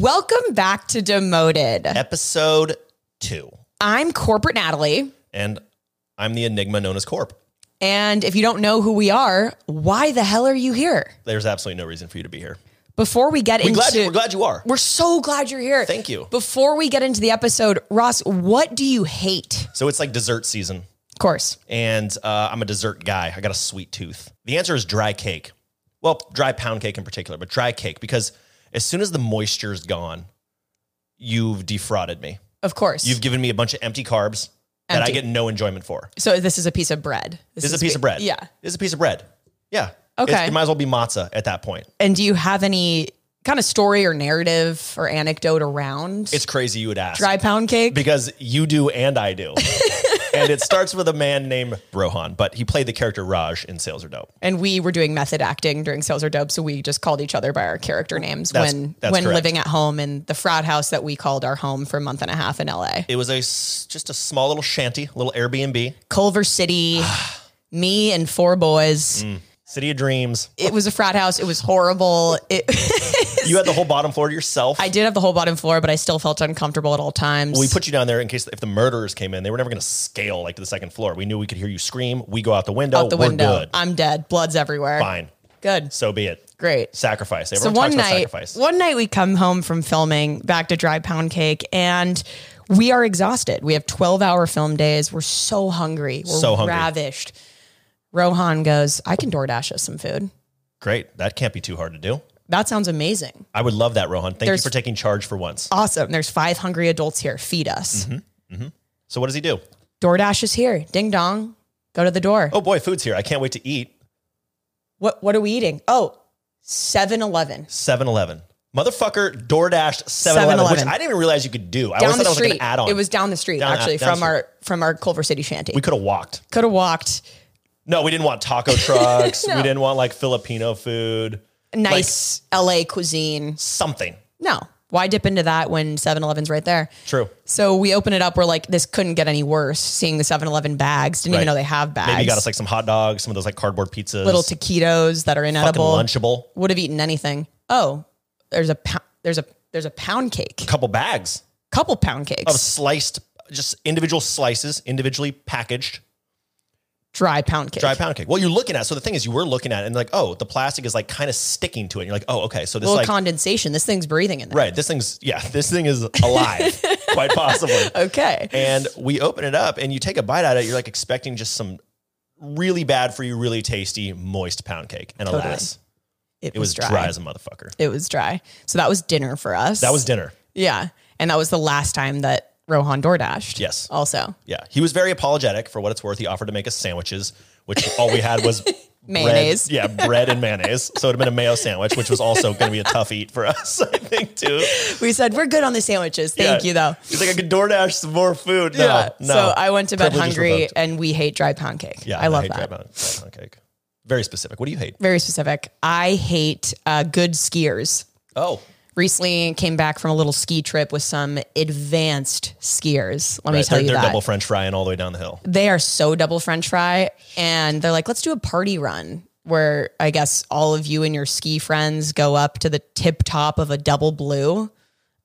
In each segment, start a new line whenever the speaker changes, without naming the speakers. Welcome back to Demoted.
episode two.
I'm Corporate Natalie.
And I'm the enigma known as Corp.
And if you don't know who we are, why the hell are you here?
There's absolutely no reason for you to be here.
Before we get
We're
into
glad, we're glad you are.
We're so glad you're here.
Thank you.
Before we get into the episode, Ross, what do you hate?
So it's like dessert season,
Of course.
and uh, I'm a dessert guy. I got a sweet tooth. The answer is dry cake. Well, dry pound cake in particular, but dry cake because as soon as the moisture's gone, you've defrauded me.
Of course.
You've given me a bunch of empty carbs that I
Empty.
get no enjoyment for.
so this is a piece of bread.
This is a piece of bread.
Yeah.
This is a piece of bread. Yeah.
Okay.
It's- it might as well be matzah at that point.
And do you have any kind of story or narrative or anecdote around
It's crazy you would ask.
dry pound cake?
because you do and I do. and it starts with a man named Rohan, but he played the character Raj in Sales Are Dope.
and we were doing method acting during sales or dope so we just called each other by our character names
That's-
when
that's
when
correct.
living at home in the frat house that we called our home for a month and a half in la
It was a s- just a small little shanty, little Airbnb,
culver city me and four boys
Mm. City of Dreams.
it was a frat house it was horrible it,
You had the whole bottom floor to yourself.
i did have the whole bottom floor but i still felt uncomfortable at all times
we put you down there in case if the murderers came in, they were never going to scale like to the second floor. We knew we could hear you scream. We go out the window.
out the
Oh, we're
window
good.
i'm dead blood's everywhere
Fine.
good
So be it.
great
Sacrifice.
So
Everyone
one
talks
night,
about sacrifice.
one night we come home from filming back to Dry Pound Cake and we are exhausted. We have 12 hour film days. We're so hungry. We're
So hungry.
ravished. Rohan goes, I can DoorDash us some food.
Great. That can't be too hard to do.
That sounds amazing.
I would love that, Rohan. Thank
There's-
you for taking charge for once.
Awesome. There's five hungry adults here. Feed us.
Mm-hmm. So what does he do?
DoorDash is here. Ding dong. Go to the door.
Oh boy, food's here. I can't wait to eat.
What what are we eating? Oh, 7 Eleven.
7 Eleven. Motherfucker DoorDash 7 Eleven, which
7-Eleven.
I didn't even realize you could do. I
Down
always
the
thought that was
street.
like an add on.
It was down the street,
Down-
actually,
down the
from our from our Culver City shanty.
we could have walked.
could have walked.
No, we didn't want taco trucks. We didn't want like Filipino food,
Nice LA cuisine.
something.
No. Why dip into that when 7 Eleven's right there?
True.
So we open it up. We're like, this couldn't get any worse seeing the 7 Eleven bags. Didn't
Right.
even know they have bags.
Maybe you got us like some hot dogs, some of those like cardboard pizzas,
little taquitos that are
fucking
inedible.
lunchable,
Would have eaten anything. Oh, there's a pound, there's a there's a pound cake.
couple bags
Couple pound cakes.
of sliced, just individual slices, individually packaged
dry pound cake.
dry pound cake. Well, you're looking at. So the thing is, you were looking at it and like, oh, the plastic is like kind of sticking to it. And you're like, oh, okay. So this
little
like,
condensation. This thing's breathing in there.
right, this thing's, yeah, this thing is alive, quite possibly.
Okay.
and we open it up and you take a bite out of it you're like expecting just some really bad for you really tasty moist pound cake and
Totally.
alas
It,
it was dry. as a motherfucker
It was dry. So that was dinner for us.
that was dinner
yeah. And that was the last time that Rohan door dashed.
Yes.
Also.
yeah he was very apologetic for what it's worth he offered to make us sandwiches which all we had was bread-
Mayonnaise.
yeah bread and mayonnaise so it would have been a mayo sandwich which was also going to be a tough eat for us i think too
We said we're good on the sandwiches. Thank
Yeah.
you though.
he's like i could doordash some more food no
yeah.
no
So I went to bed
Privileges
hungry,
revoked.
and we hate dry pound cake.
yeah
I love
hate
that.
dry pound, dry pound cake very specific what do you hate
Very specific. I hate uh, good skiers.
oh
Recently, came back from a little ski trip with some advanced skiers. Let me
right,
tell
they're,
you
they're
that
double french frying all the way down the hill
they are so double French fry, and they're like, let's do a party run where I guess all of you and your ski friends go up to the tip top of a double blue.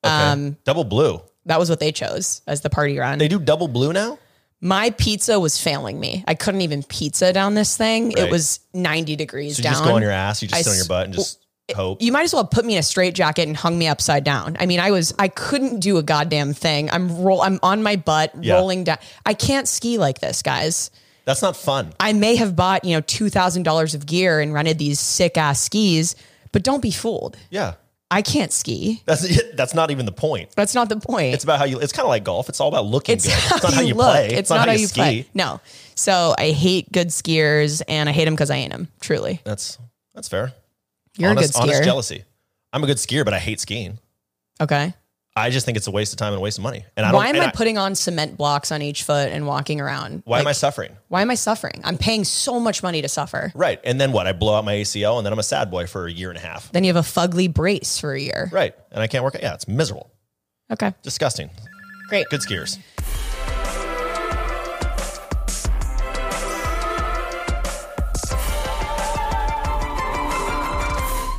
okay. double blue
That was what they chose as the party run.
Um, They do double blue now?
my pizza was failing me. I couldn't even pizza down this thing. It
Right.
was 90 degrees
So you
down.
just go on your ass, you just
I
sit on your
s-
butt and just hope.
you might as well have put me in a straitjacket and hung me upside down. I mean, I was I couldn't do a goddamn thing. I'm roll I'm on my butt
Yeah.
rolling down. I can't ski like this, guys.
That's not fun.
I may have bought, you know, $2,000 of gear and rented these sick ass skis, but don't be fooled.
Yeah.
I can't ski.
That's that's not even the point.
That's not the point.
It's about how you it's kind of like golf. It's all about looking
It's
good.
how,
it's not
you
how you
look.
play.
It's, not, how you,
ski.
play. No. So I hate good skiers and I hate them because I ain't them. Truly,
That's that's fair.
you're
honest,
a good
honest
skier.
jealousy. I'm a good skier, but I hate skiing.
okay.
I just think it's a waste of time and a waste of money. And I don't
Why am
and
I putting on cement blocks on each foot and walking around?
why
Like,
am I suffering?
Why am I suffering? I'm paying so much money to suffer.
Right. And then what? I blow out my ACL and then I'm a sad boy for a year and a half.
Then you have a fugly brace for a year.
Right. And I can't work out. Yeah, it's miserable.
Okay,
Disgusting.
great.
Good skiers.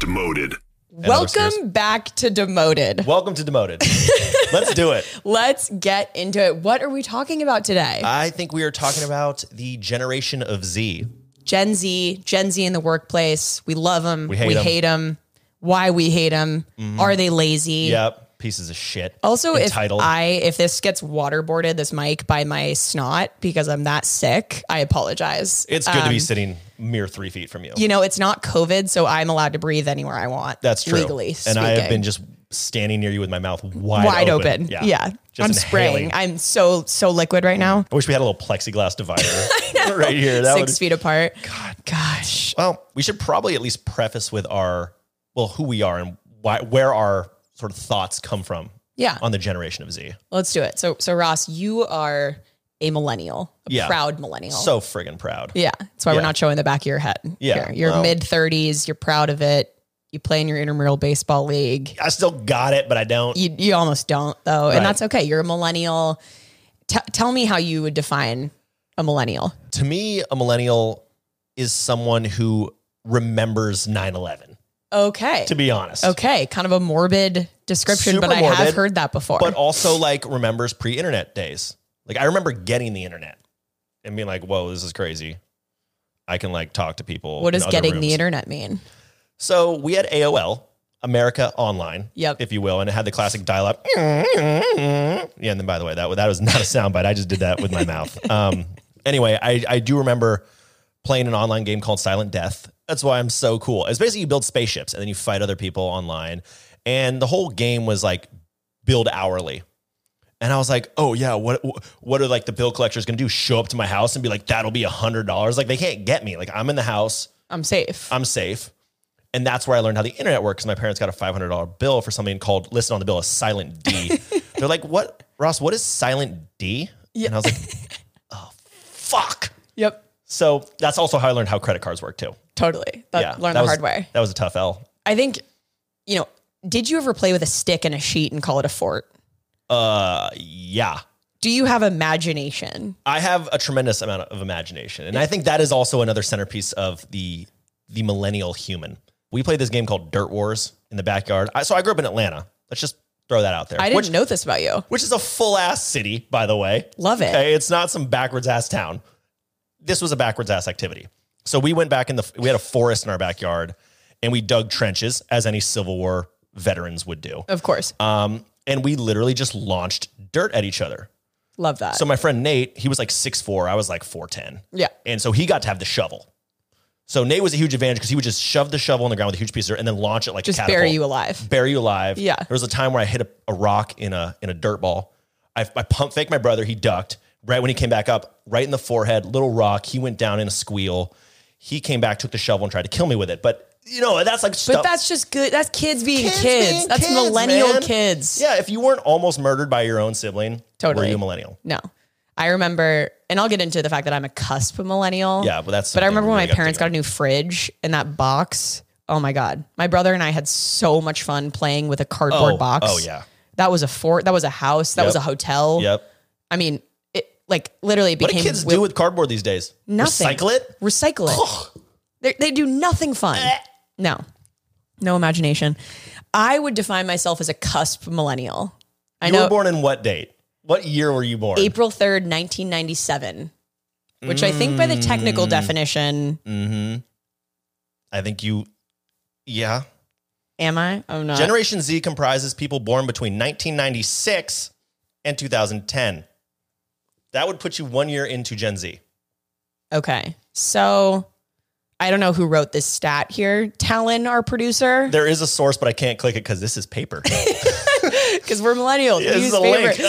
Demoted.
other listeners.
Welcome back to Demoted.
Welcome to Demoted. Let's do it.
Let's get into it. What are we talking about today?
I think we are talking about the generation of Z.
Gen Z, Gen Z in the workplace. We love them. We
hate 'em. Mm-hmm.
hate them. Why we hate them. Are they lazy?
Yep. Pieces of shit.
Also,
Entitled.
if I if this gets waterboarded, this mic by my snot because I'm that sick, I apologize. Um,
It's good to be sitting mere three feet from you.
you know, it's not COVID, so I'm allowed to breathe anywhere I want.
That's true.
Legally,
and
speaking.
I have been just standing near you with my mouth wide,
wide open. Yeah,
Yeah. Just
I'm
inhaling.
spraying. I'm so so liquid right now.
I wish we had a little plexiglass divider right here. That
Six
would,
feet apart. God, gosh.
Well, we should probably at least preface with our well, who we are and why, where our sort of thoughts come from
Yeah.
on the generation of Z.
Let's do it. So, so Ross, you are a millennial, a
Yeah.
proud millennial.
So friggin' proud.
Oh. yeah, that's why we're
Yeah.
not showing the back of your head.
Yeah.
Here. you're
Well-
mid thirties. You're proud of it. You play in your intramural baseball league.
I still got it, but I don't.
You you almost don't though, and
Right.
that's okay. You're a millennial. T- tell me how you would define a millennial.
To me, a millennial is someone who remembers 9-11,
Okay.
to be honest.
Okay, kind of a morbid description,
Super
but I have
morbid,
heard that before.
But also like remembers pre-internet days. Like I remember getting the internet and being like, whoa, this is crazy. I can like talk to people.
what
in
does
other
getting the
rooms.
internet mean?
So we had AOL, America Online,
Yep.
if you will, and it had the classic dial-up. Yeah, and then by the way, that that was not a soundbite. I just did that with my mouth. Um, anyway, I I do remember playing an online game called Silent Death. That's why I'm so cool. It's basically you build spaceships and then you fight other people online, and the whole game was like build hourly. And I was like, oh yeah, what what are like the bill collectors gonna do? Show up to my house and be like, that'll be a hundred dollars. Like they can't get me. Like I'm in the house.
I'm safe.
I'm safe. And that's where I learned how the internet works. My parents got a $500 bill for something called, listed on the bill, a silent D. They're like, what, Ross, what is silent D? And I was like, oh, fuck.
yep,
So that's also how I learned how credit cards work too.
totally. That, Uh, learn the
was,
hard way.
That was a tough L.
I think, you know, did you ever play with a stick and a sheet and call it a fort?
Uh, yeah.
Do you have imagination?
I have a tremendous amount of imagination. And I think that is also another centerpiece of the the millennial human. We played this game called Dirt Wars in the backyard. I, so I grew up in Atlanta. Let's just throw that out there.
I didn't
Which-
know this about you.
which is a full ass city, by the way.
Love it.
Okay, it's not some backwards ass town. This was a backwards ass activity. So we went back in the we had a forest in our backyard, and we dug trenches as any Civil War veterans would do.
Of course.
Um, and we literally just launched dirt at each other.
Love that.
So my friend Nate, he was like six four, I was like four ten,
yeah.
and so he got to have the shovel. So Nate was a huge advantage because he would just shove the shovel in the ground with a huge piece of dirt and then launch it like
Just
a catapult
bury you alive.
bury you alive.
Yeah.
There was a time where I hit a, a rock in a in a dirt ball. I, I pump faked my brother. He ducked right when he came back up, right in the forehead. Little rock. He went down in a squeal. He came back, took the shovel, and tried to kill me with it. But you know that's like
But
stuff.
that's just good. That's kids being kids.
Kids being
that's
kids,
millennial
man.
kids.
yeah. If you weren't almost murdered by your own sibling,
Totally.
were you a millennial?
No. I remember, and I'll get into the fact that I'm a cusp millennial.
Yeah, but that's
But I
something
remember
we
when my
really gotta
parents
think
got a new fridge and that box. Oh my God. My brother and I had so much fun playing with a cardboard
Oh,
box.
oh, yeah.
That was a fort. That was a house. That was a
Yep.
hotel.
Yep.
I mean, it like literally it
What do
became
kids
wi-
do with cardboard these days?
Nothing.
Recycle it.
recycle it. they they do nothing fun.
Eh.
No, no imagination. I would define myself as a cusp millennial. I
You
know
were born in what date? What year were you born?
April third, nineteen ninety seven, which I think by the technical
Mm. Hmm.
definition,
Mm-hmm. I think you. Yeah.
am I? Oh no,
Generation Z comprises people born between 1996 and 2010. That would put you one year into Gen Z.
okay. So I don't know who wrote this stat here. Talon, our producer,
There is a source, but I can't click it because this is paper.
because we're millennials.
This
Use
is a
paper.
link.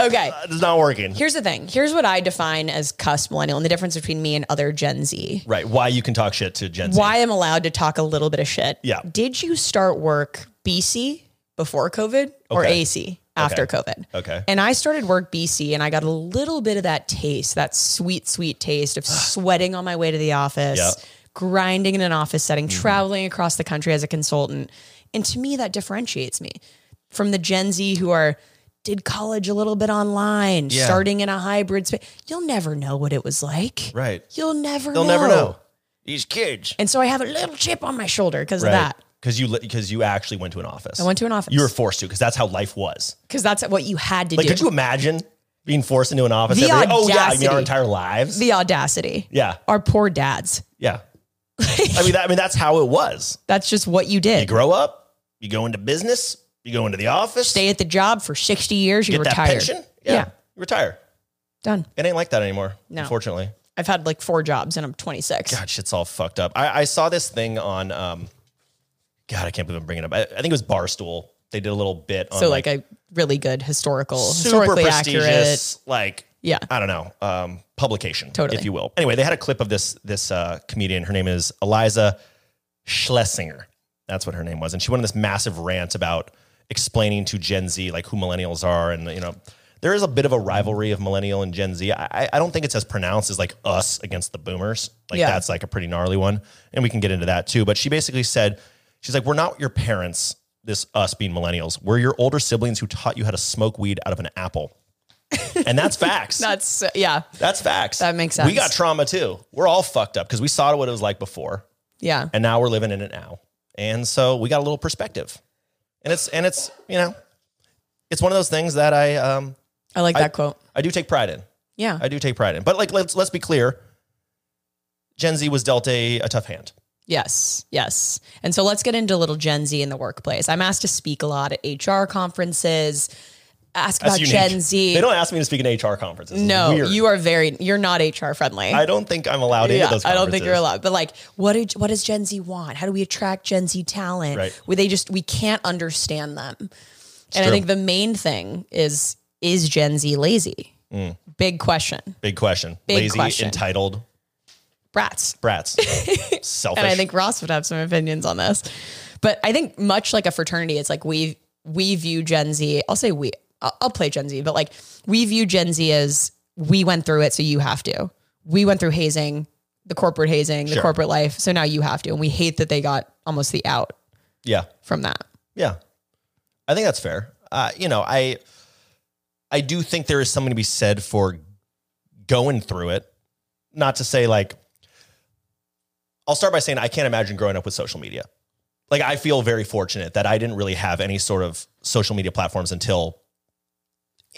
Uh,
Okay.
uh, It's not working.
Here's the thing. Here's what I define as cusp millennial and the difference between me and other Gen Z.
Right. Why you can talk shit to Gen Z.
why I'm allowed to talk a little bit of shit.
Yeah.
Did you start work BC before COVID or
Okay.
AC after COVID?
Okay.
And I started work BC and I got a little bit of that taste, that sweet, sweet taste of sweating on my way to the office,
Yeah. Mm-hmm.
grinding in an office setting, traveling across the country as a consultant. And to me, that differentiates me from the Gen Z who are did college a little bit online,
Yeah.
starting in a hybrid space. You'll never know what it was like.
Right.
You'll never
They'll
know.
never know. These kids.
And so I have a little chip on my shoulder because
Right.
of that.
because you because you actually went to an office.
I went to an office.
You were forced to because that's how life was.
because that's what you had to
Like,
do.
could you imagine being forced into an office?
The
every- oh yeah, I mean
audacity.
our entire lives.
the audacity.
yeah,
Our poor dads.
yeah. I mean, that, I mean that's how it was.
That's just what you did.
You grow up, you go into business, you go into the office,
Stay at the job for 60 years, you
get that
retire.
pension. Yeah,
Yeah.
you retire.
Done.
It ain't like that anymore.
No.
Unfortunately,
I've had like four jobs and I'm 26.
God, shit's all fucked up. I, I saw this thing on. um God, I can't believe I'm bringing it up. I, I think it was Barstool. They did a little bit on
so
like,
like, a really good historical,
super
historically accurate.
prestigious, like
Yeah.
I don't know, um, publication,
Totally.
if you will. Anyway, they had a clip of this this uh, comedian. Her name is Eliza Schlesinger. That's what her name was, and she went on this massive rant about explaining to Gen Z like who millennials are, and you know. There is a bit of a rivalry of millennial and Gen Z. I, I- I don't think it's as pronounced as like us against the boomers. Like
Yeah.
that's like a pretty gnarly one, and we can get into that too. But she basically said, she's like, we're not your parents. This us being millennials, we're your older siblings who taught you how to smoke weed out of an apple, and that's facts.
That's, uh, yeah.
That's facts.
That makes
We got
sense.
trauma too. We're all fucked up because we saw what it was like before,
Yeah.
and now we're living in it now. And so we got a little perspective, and it's and it's you know, it's one of those things that I um
I like that quote.
I do take pride in.
Yeah.
I do take pride in. But like let's let's be clear, Gen Z was dealt a, a tough hand.
Yes, yes. And so let's get into a little Gen Z in the workplace. I'm asked to speak a lot at HR conferences. Ask
That's
about
unique.
Gen Z.
They don't ask me to speak in HR conferences. It's
no,
weird.
you are very you're not HR friendly.
I don't think I'm allowed into those.
I don't think you're
conferences.
allowed. But like, what did what does Gen Z want? How do we attract Gen Z talent?
Right.
Where they just we can't understand them. and I
true.
think the main thing is is Gen Z lazy?
Mm.
Big question.
Big question.
Big
Lazy,
question.
entitled
Brats.
brats, selfish.
and I think Ross would have some opinions on this. But I think much like a fraternity, it's like we we view Gen Z. I'll say we. I'll, I'll play Gen Z, but like we view Gen Z as we went through it, so you have to. We went through hazing, the corporate hazing, the
Sure.
corporate life, so now you have to. And we hate that they got almost the out
yeah.
from that.
Yeah, I think that's fair. Uh, you know, I I do think there is something to be said for going through it. Not to say like, I'll start by saying I can't imagine growing up with social media. Like, I feel very fortunate that I didn't really have any sort of social media platforms until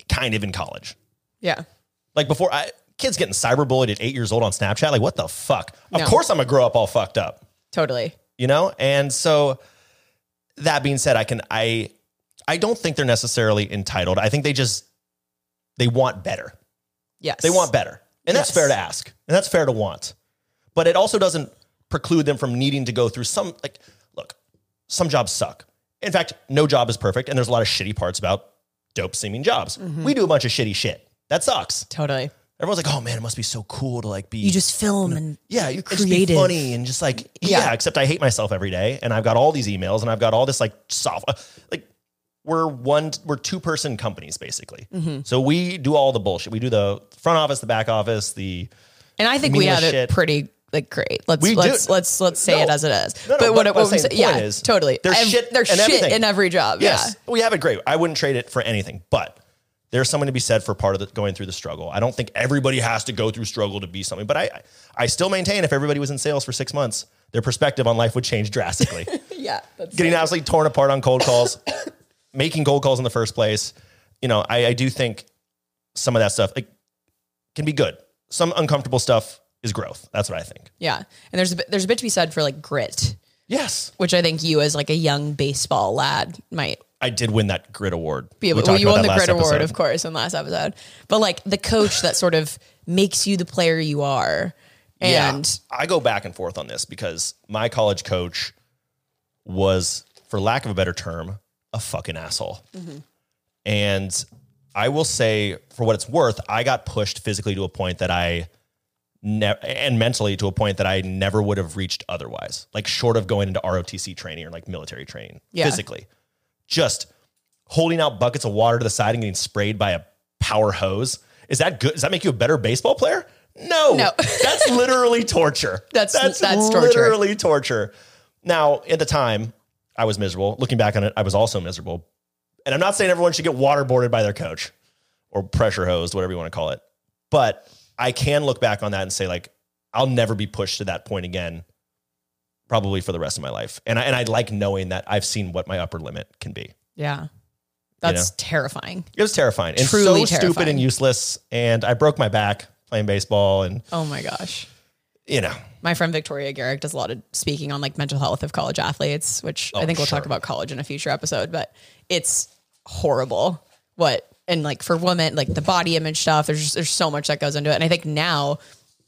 kind of in college.
Yeah,
Like before, I kids getting cyberbullied at eight years old on Snapchat. Like, what the fuck? Of
No.
course, I'm gonna grow up all fucked up
totally.
you know and so that being said i can i i don't think they're necessarily entitled i think they just they want better
Yes,
they want better and that's
Yes.
fair to ask and that's fair to want but it also doesn't preclude them from needing to go through some like look some jobs suck in fact no job is perfect and there's a lot of shitty parts about dope seeming jobs
Mm-hmm.
we do a bunch of shitty shit that sucks
totally.
everyone's like oh man it must be so cool to like be
You just film and
yeah, you're
creative.
creative, funny, and just like yeah.
Yeah.
Except I hate myself every day, and I've got all these emails, and I've got all this like soft. uh, Like we're one, we're two person companies basically.
Mm-hmm.
So we do all the bullshit. We do the front office, the back office, the
And I think we
Meaningless
have it
shit.
pretty like great. Let's
We do.
let's let's let's say
No.
it as it is.
No, no,
but
but
what,
what
what,
I'm
I'm
saying,
saying-
the
yeah,
point is,
totally.
there's
Ev-
shit
There's
in
shit
everything.
in every job.
yes,
Yeah.
we have it great. I wouldn't trade it for anything, but. There's something to be said for part of the, going through the struggle. I don't think everybody has to go through struggle to be something, but I, I still maintain if everybody was in sales for six months, their perspective on life would change drastically.
Yeah. That's
getting absolutely torn apart on cold calls, making cold calls in the first place. You know, I, I do think some of that stuff like, can be good. Some uncomfortable stuff is growth. That's what I think.
Yeah, and there's a bit, there's a bit to be said for like grit,
Yes,
which I think you as like a young baseball lad might
I did win that grit award.
be
We
able. Well,
talked
you
about
won
that
the
last
grit award,
episode.
of course, in last episode. But like the coach that sort of makes you the player you are, and
yeah, I go back and forth on this because my college coach was, for lack of a better term, a fucking asshole. And I will say, for what it's worth, I got pushed physically to a point that I never and mentally to a point that I never would have reached otherwise. Like short of going into ROTC training or like military training,
Yeah.
physically, just holding out buckets of water to the side and getting sprayed by a power hose. Is that good? Does that make you a better baseball player? No,
No.
that's literally torture.
That's- that's torture.
literally torture. Now, at the time, I was miserable. Looking back on it, I was also miserable. And I'm not saying everyone should get waterboarded by their coach or pressure hosed, whatever you want to call it. But I can look back on that and say, like, I'll never be pushed to that point again, probably for the rest of my life. And I, and I like knowing that I've seen what my upper limit can be.
Yeah. That's terrifying.
It was terrifying and
Truly
so stupid
terrifying.
and useless. And I broke my back playing baseball, and
Oh my gosh.
you know,
My friend Victoria Garrick does a lot of speaking on like mental health of college athletes, which I think we'll talk
Oh, sure.
about college in a future episode, but it's horrible what and like for women, like the body image stuff, there's just, there's so much that goes into it. And I think now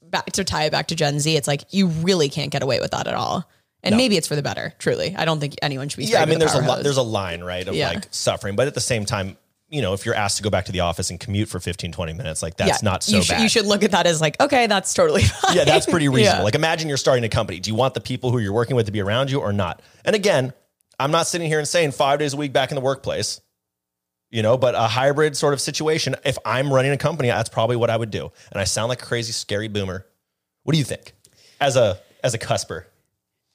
back to tie it back to Gen Z, it's like you really can't get away with that at all. And maybe it's for the better, truly. I don't think anyone should be
yeah. I
sprayed
mean,
with
there's a
power
lot,
hose.
there's a line right of
Yeah.
like suffering, but at the same time, you know, if you're asked to go back to the office and commute for 15, 20 minutes, like that's not so
you should-
bad.
You should look at that as like, okay, that's totally fine.
yeah, that's pretty reasonable.
Yeah.
Like imagine you're starting a company. Do you want the people who you're working with to be around you or not? And again, I'm not sitting here and saying five days a week back in the workplace, you know, but a hybrid sort of situation. If I'm running a company, that's probably what I would do. And I sound like a crazy, scary boomer. What do you think? As a as a cusper.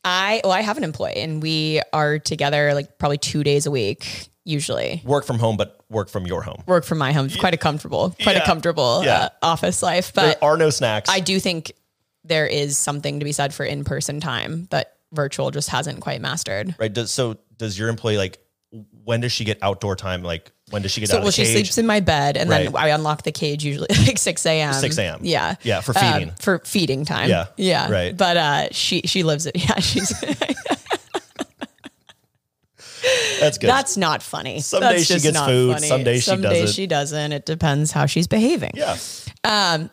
I well, I have an employee and we are together like probably two days a week usually.
Work from home, but work from your home.
Work from my home, quite a comfortable, quite
Yeah.
a comfortable
Yeah.
uh, office life.
There
But
are no snacks.
I do think there is something to be said for in person time that virtual just hasn't quite mastered.
right. Does, so does your employee like when does she get outdoor time? Like when does she get
So
out
well,
of the
she
cage?
sleeps in my bed, and then
Right.
I unlock the cage usually like six a.m.
6 a.m..
Yeah,
Yeah, for
Uh,
feeding.
for feeding time.
Yeah,
yeah,
right.
But uh, she she lives it. Yeah, she's
that's good.
That's not funny.
Some
That's
days she
just
gets
not
food, some days she
Some days
doesn't.
she doesn't. It depends how she's behaving.
yeah.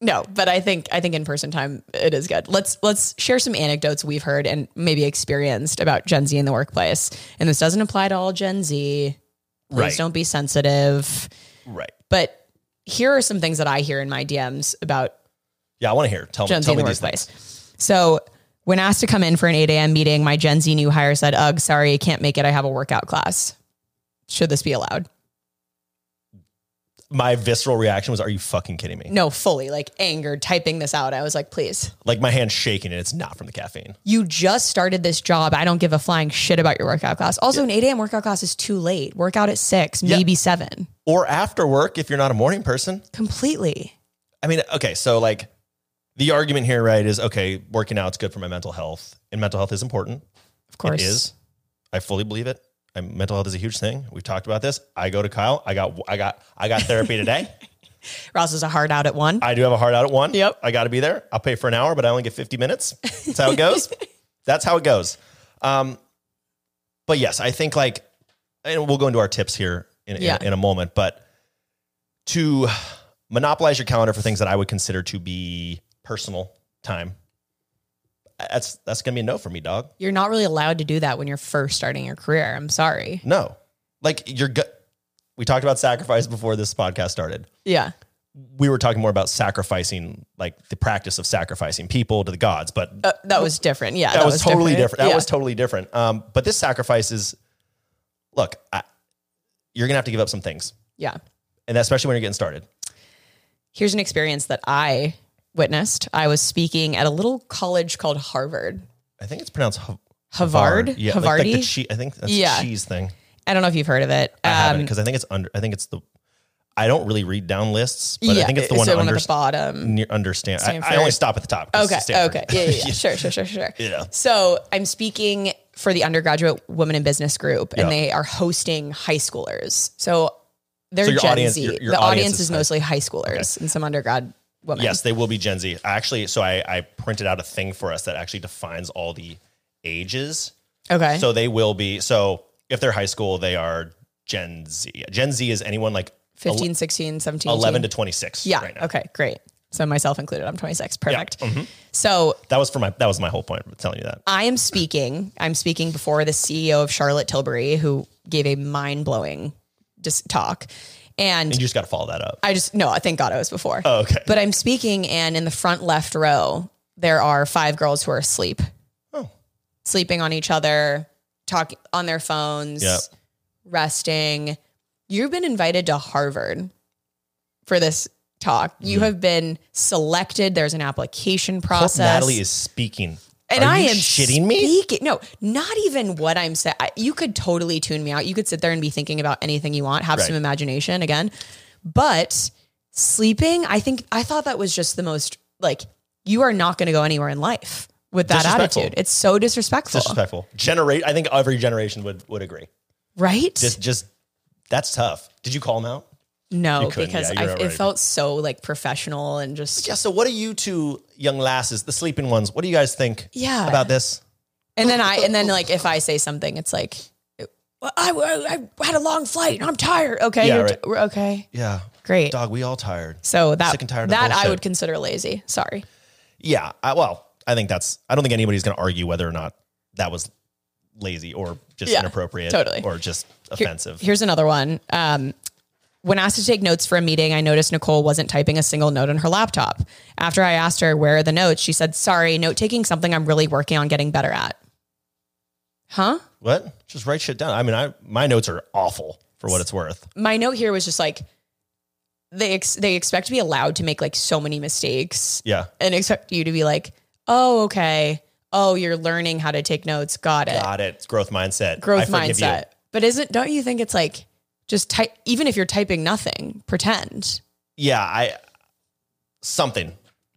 No, but I think I think in person time it is good. Let's let's share some anecdotes we've heard and maybe experienced about Gen Z in the workplace. And this doesn't apply to all Gen Z. Please
Right.
don't be sensitive.
Right.
But here are some things that I hear in my DMs about
Yeah, I want to hear. Tell me
Gen Z
tell
in the
me these things.
workplace. So when asked to come in for an 8 a.m. meeting, my Gen Z new hire said, Ugh, sorry, I can't make it. I have a workout class. Should this be allowed?
my visceral reaction was, "Are you fucking kidding me?"
no, fully like angered typing this out. I was like, please,
Like my hand's shaking, and it's not from the caffeine.
you just started this job. I don't give a flying shit about your workout class. Also, an 8 a.m. workout class is too late. Workout at six, maybe seven.
Or after work, if you're not a morning person.
Completely.
I mean, okay, so like the argument here, right, is okay, working out's good for my mental health, and mental health is important.
Of course.
It is. I fully believe it. i mental health is a huge thing. We've talked about this. I go to Kyle. I got I got I got therapy today.
Ross is a hard out at one.
I do have a hard out at one.
Yep.
I got to be there. I'll pay for an hour, but I only get 50 minutes. That's how it goes. That's how it goes. Um, but yes, I think like, and we'll go into our tips here in, in-
Yeah.
in, a moment, but to monopolize your calendar for things that I would consider to be personal time, that's, that's going to be a no for me, dog.
You're not really allowed to do that when you're first starting your career. I'm sorry.
No. Like you're good. We talked about sacrifice before this podcast started.
Yeah.
We were talking more about sacrificing, like the practice of sacrificing people to the gods, but
Uh, that was different. Yeah.
that, was, totally different. That
Yeah.
was totally different. Um, but this sacrifice is, look, I, you're gonna have to give up some things,
yeah.
and especially when you're getting started.
here's an experience that I witnessed. I was speaking at a little college called Harvard.
I think it's pronounced Hav-
Havard?
Yeah, like-
Havarti?
Like, the cheese. I think that's
Yeah. Um,
a cheese thing.
I don't know if you've heard of it.
I haven't because I think it's under. I think it's the. I don't really read down lists, but I think it's the one,
so
under,
at the bottom.
near- understand. I, I
Stanford.
only stop at the top. 'cause
Okay.
it's Stanford.
Okay. Yeah, yeah, yeah. Sure. Sure. Sure. Sure.
Yeah.
So I'm speaking for the undergraduate women in business group, and
Yeah.
they are hosting high schoolers. So they're
So your
Gen
audience-
Z.
your- your
the
audience
audience,
is
is,
high-
mostly high schoolers and some undergrad women.
Yes, they will be Gen Z. I actually, so I, I printed out a thing for us that actually defines all the ages
Okay.
So they will be. So if they're high school, they are Gen Z. Gen Z is anyone like
15, 16, 17,
11 to 26.
Yeah.
Right now. mm-hmm.
Okay. Great. So myself included, I'm 26. Perfect. So
That was for my, that was my whole point of telling you that.
I am speaking. I'm speaking before the CEO of Charlotte Tilbury, who gave a mind blowing just talk. And
You just got to follow that up.
I just no, I thank God I was before.
Oh, okay.
But I'm speaking, and in the front left row, there are five girls who are asleep,
Oh,
sleeping on each other, talking on their phones,
Yep.
resting. You've been invited to Harvard for this talk. You have been selected. There's an application
Poor
process.
Natalie is speaking.
And
Are
I
you
am
shitting me.
speaking- No, not even what I'm saying. You could totally tune me out. You could sit there and be thinking about anything you want, have
Right.
some imagination again. But sleeping, I think I thought that was just the most like you are not going to go anywhere in life. with that
Disrespectful.
attitude. It's so disrespectful,
Disrespectful. Generate. I think every generation would would agree.
right?
Just just that's tough. Did you call him out?
no,
couldn't,
because
yeah,
I,
you're
it
right.
felt so like professional and just
Yeah. So what do you two young lasses, the sleeping ones, what do you guys think?
Yeah.
About this?
And then I, and then like if I say something, it's like, well, I, I, I had a long flight and I'm tired. Okay.
Yeah,
you're
right.
t- okay.
Yeah.
Great.
Dog, we all tired.
So that,
Sick and tired of
that I
bullshit.
would consider lazy. Sorry.
Yeah. I, well, I think that's. I don't think anybody's going to argue whether or not that was lazy or just
Yeah,
inappropriate,
totally.
or just offensive.
Here's another one. Um, when asked to take notes for a meeting, I noticed Nicole wasn't typing a single note on her laptop. After I asked her, where are the notes? She said, sorry, note taking something I'm really working on getting better at. Huh?
what? Just write shit down. I mean, I my notes are awful for what it's worth.
my note here was just like they ex- they expect to be allowed to make like so many mistakes
Yeah.
and expect you to be like, oh okay, oh you're learning how to take notes, got it,
Got it. It's growth mindset. I
growth
forgive you.
mindset. But isn't don't you think it's like just type even if you're typing nothing, pretend
Yeah. I something.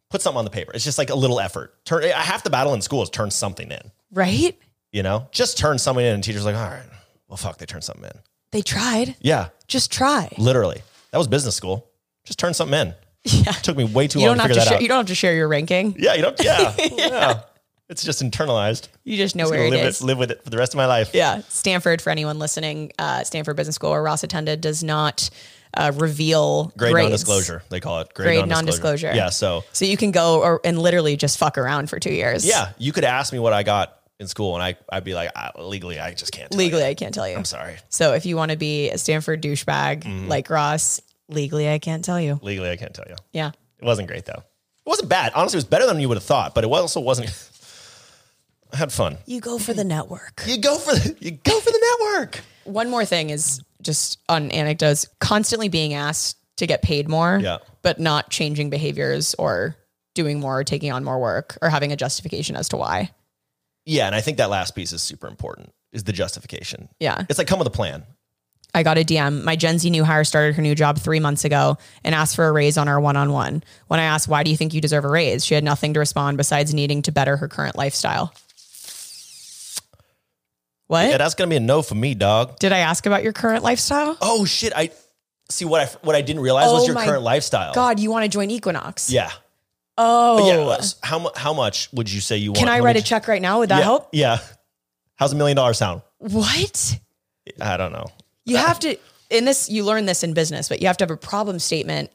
Put something on the paper. It's just like a little effort. Turn. I have to battle in school is turn something in.
right?
You know, just turn something in. And teachers like, all right, well, fuck, they turned something in.
They tried,
Yeah,
just try.
literally. That was business school. Just turn something in.
Yeah,
Took me way too
you
long
don't
to
have
figure
to
that
share,
out.
you don't have to share your ranking.
Yeah, you don't. Yeah, yeah. It's just internalized.
You just know
Just
where
gonna
it
live
is.
live with it for the rest of my life.
Yeah, Stanford. For anyone listening, uh, Stanford Business School, where Ross attended, does not uh, reveal
Grade
grades.
non-disclosure, they call it. Grade,
Grade
non-disclosure.
non-disclosure.
Yeah. So
So you can go or, and literally just fuck around for two years.
yeah, you could ask me what I got in school, and I I'd be like, I, legally, I just can't. tell you.
Legally, I can't tell you.
I'm sorry. Mm-hmm.
So if you want to be a Stanford douchebag like Ross, legally, I can't tell you.
Legally, I can't tell you.
Yeah.
It wasn't great though. It wasn't bad. Honestly, it was better than you would have thought, but it also wasn't. I had fun.
You go for the network.
You go for the, you go for the network.
One more thing is just on anecdotes, constantly being asked to get paid more,
Yeah.
but not changing behaviors or doing more or taking on more work or having a justification as to why.
Yeah, and I think that last piece is super important. Is the justification?
Yeah.
It's like come with a plan.
I got a DM. My Gen Z new hire started her new job three months ago and asked for a raise on our one on one. When I asked, why do you think you deserve a raise? She had nothing to respond besides needing to better her current lifestyle. What?
Yeah, that's gonna be a no for me, dog.
Did I ask about your current lifestyle?
Oh shit! I see what I what I didn't realize
Oh
was your
my
current lifestyle.
God, you want to join Equinox?
Yeah.
Oh,
Yeah. s- How mu- how much would you say you want?
can I
Let
write
me
a
ju-
check right now? Would that
yeah,
help?
Yeah. How's a million dollars sound?
What?
I don't know.
You have to, in this, you learn this in business, but you have to have a problem statement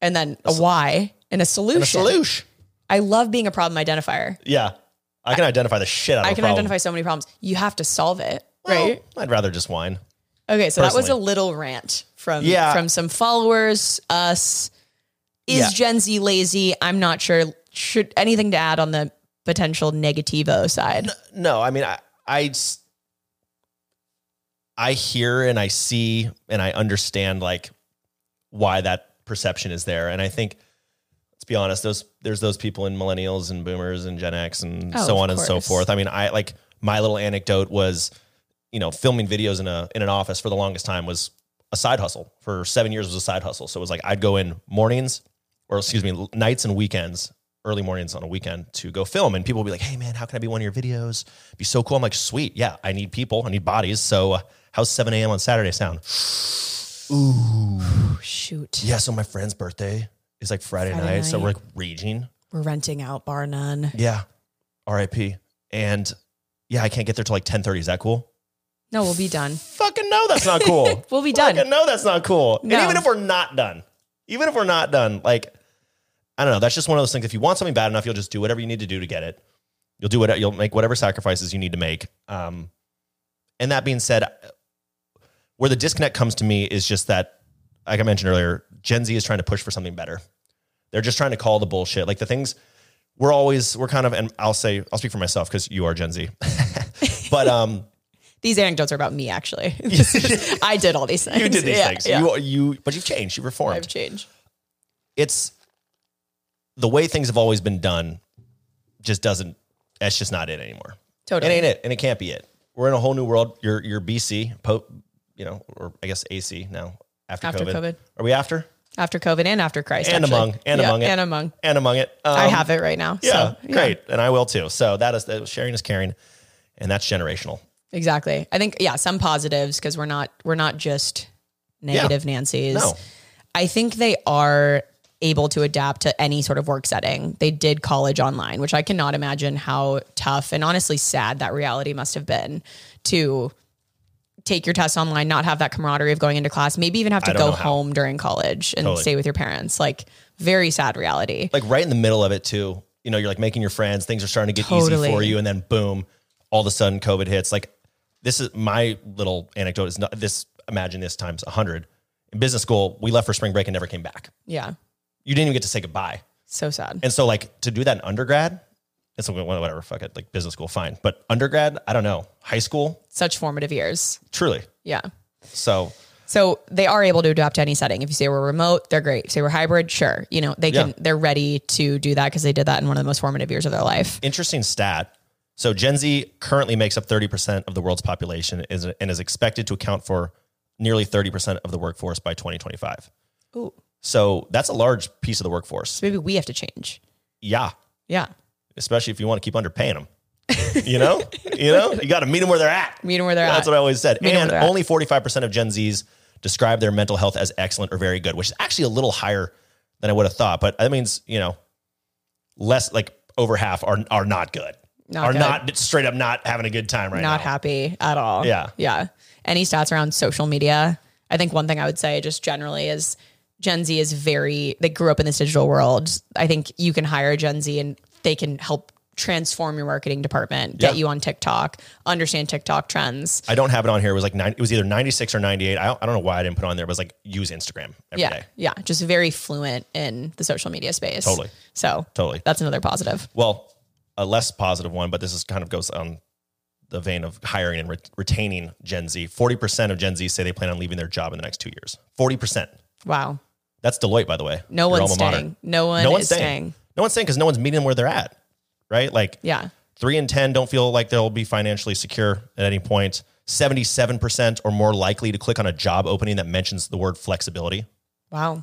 and then a why and a solution.
A solution.
I love being a problem identifier.
Yeah. I can identify the shit out of
I
a
can
problem.
identify so many problems. You have to solve it,
Well,
right?
I'd rather just whine.
Okay, so that was a
personally.
little rant from
Yeah.
from some followers. Us is
Yeah.
Gen Z lazy? I'm not sure. Should anything to add on the potential negativo side?
No, I mean, I, I, s- I hear and I see and I understand like why that perception is there. And I think, let's be honest, those, there's those people in millennials and boomers and Gen X and
Oh,
so
of
on and so
course.
forth. I mean, I like my little anecdote was, you know, filming videos in a, in an office for the longest time was a side hustle for seven years was a side hustle. So it was like, I'd go in mornings or excuse me, l- nights and weekends, early mornings on a weekend to go film. And people would be like, hey, man, how can I be one of your videos? Be so cool. I'm like, sweet. Yeah, I need people, I need bodies. So uh, how's 7 a.m. on Saturday sound?
Oh, shoot,
Yeah, so my friend's birthday is like Friday,
Friday
night, So
night.
we're like raging.
we're renting out bar none.
Yeah, RIP. And yeah, I can't get there till like 10.30. Is that cool?
No, we'll be done.
Fucking no, that's not cool.
We'll be done.
Fucking no, that's not cool.
No.
And even if we're not done, even if we're not done, like I don't know, that's just one of those things. If you want something bad enough, you'll just do whatever you need to do to get it. You'll do what you'll make whatever sacrifices you need to make. Um, and that being said, where the disconnect comes to me is just that, like I mentioned earlier, Gen Z is trying to push for something better. They're just trying to call the bullshit. Like the things we're always we're kind of, and I'll say I'll speak for myself because you are Gen Z, but um.
These anecdotes are about me, actually. This is- I did all these things.
You did these
Yeah,
things.
yeah.
You you but you've changed. You've reformed.
I've changed.
it's the way things have always been done. Just doesn't. That's just not it anymore.
Totally.
It ain't it, and it can't be it. We're in a whole new world. You're you're BC, po, you know, or I guess AC now after,
After
COVID.
COVID.
Are we after?
after COVID and after Christ.
And
actually.
among- and among it.
And among.
and among it. Um,
I have it right now.
Yeah,
so, yeah.
great, and I will too. So that is that sharing is caring, and that's generational.
Exactly. I think yeah, some positives because we're not we're not just negative Nancy's.
No.
I think they are able to adapt to any sort of work setting. They did college online, which I cannot imagine how tough and honestly sad that reality must have been to take your test online, not have that camaraderie of going into class, maybe even have to
don't
go
know how.
home during college and
Totally.
stay with your parents. Like very sad reality.
Like right in the middle of it too. You know, you're like making your friends. Things are starting to get
Totally.
easy for you, and then boom, all of a sudden COVID hits. Like this is my little anecdote. Is not this? Imagine this times hundred. In business school, we left for spring break and never came back.
Yeah.
You didn't even get to say goodbye.
So sad.
And so like to do that in undergrad, it's like well, whatever, fuck it. Like business school, fine. But undergrad, I don't know. High school,
Such formative years.
truly.
Yeah.
So
So they are able to adapt to any setting. If you say we're remote, they're great. If you say we're hybrid, sure. You know, they can
Yeah.
they're ready to do that because they did that in one of the most formative years of their life.
interesting stat. So Gen Z currently makes up 30% of the world's population is, and is expected to account for nearly 30% of the workforce by 2025.
Ooh.
So that's a large piece of the workforce.
So maybe we have to change.
Yeah.
Yeah.
Especially if you want to keep underpaying them. You know, you know, you got to meet them where they're at.
Meet 'em where they're
That's
at.
what I always said.
Meet 'em where
and
they're at.
only 45% of Gen Zs describe their mental health as excellent or very good, which is actually a little higher than I would have thought. But that means, you know, less like over half are, are not good.
Not
are
good.
not straight up not having a good time right
Not
now.
happy at all.
Yeah.
Yeah. Any stats around social media? I think one thing I would say just generally is Gen Z is very they grew up in this digital world. I think you can hire Gen Z and they can help transform your marketing department, get
Yeah.
you on TikTok, understand TikTok trends.
I don't have it on here. It was like nine, it was either 96 or 98. I don't, I don't know why I didn't put it on there. It was like use Instagram every day.
yeah, yeah, just very fluent in the social media space.
Totally.
So
Totally.
that's another positive.
Well, a less positive one, but this is kind of goes on the vein of hiring and re- retaining Gen Z. 40% of Gen Z say they plan on leaving their job in the next two years. 40%.
Wow.
That's Deloitte, by the way.
No
your
one's
alma mater.
staying. No one
No
is
one's
staying.
staying. No one's staying because no one's meeting them where they're at, right? Like
Yeah.
three in 10 don't feel like they'll be financially secure at any point. 77% or more likely to click on a job opening that mentions the word flexibility.
Wow.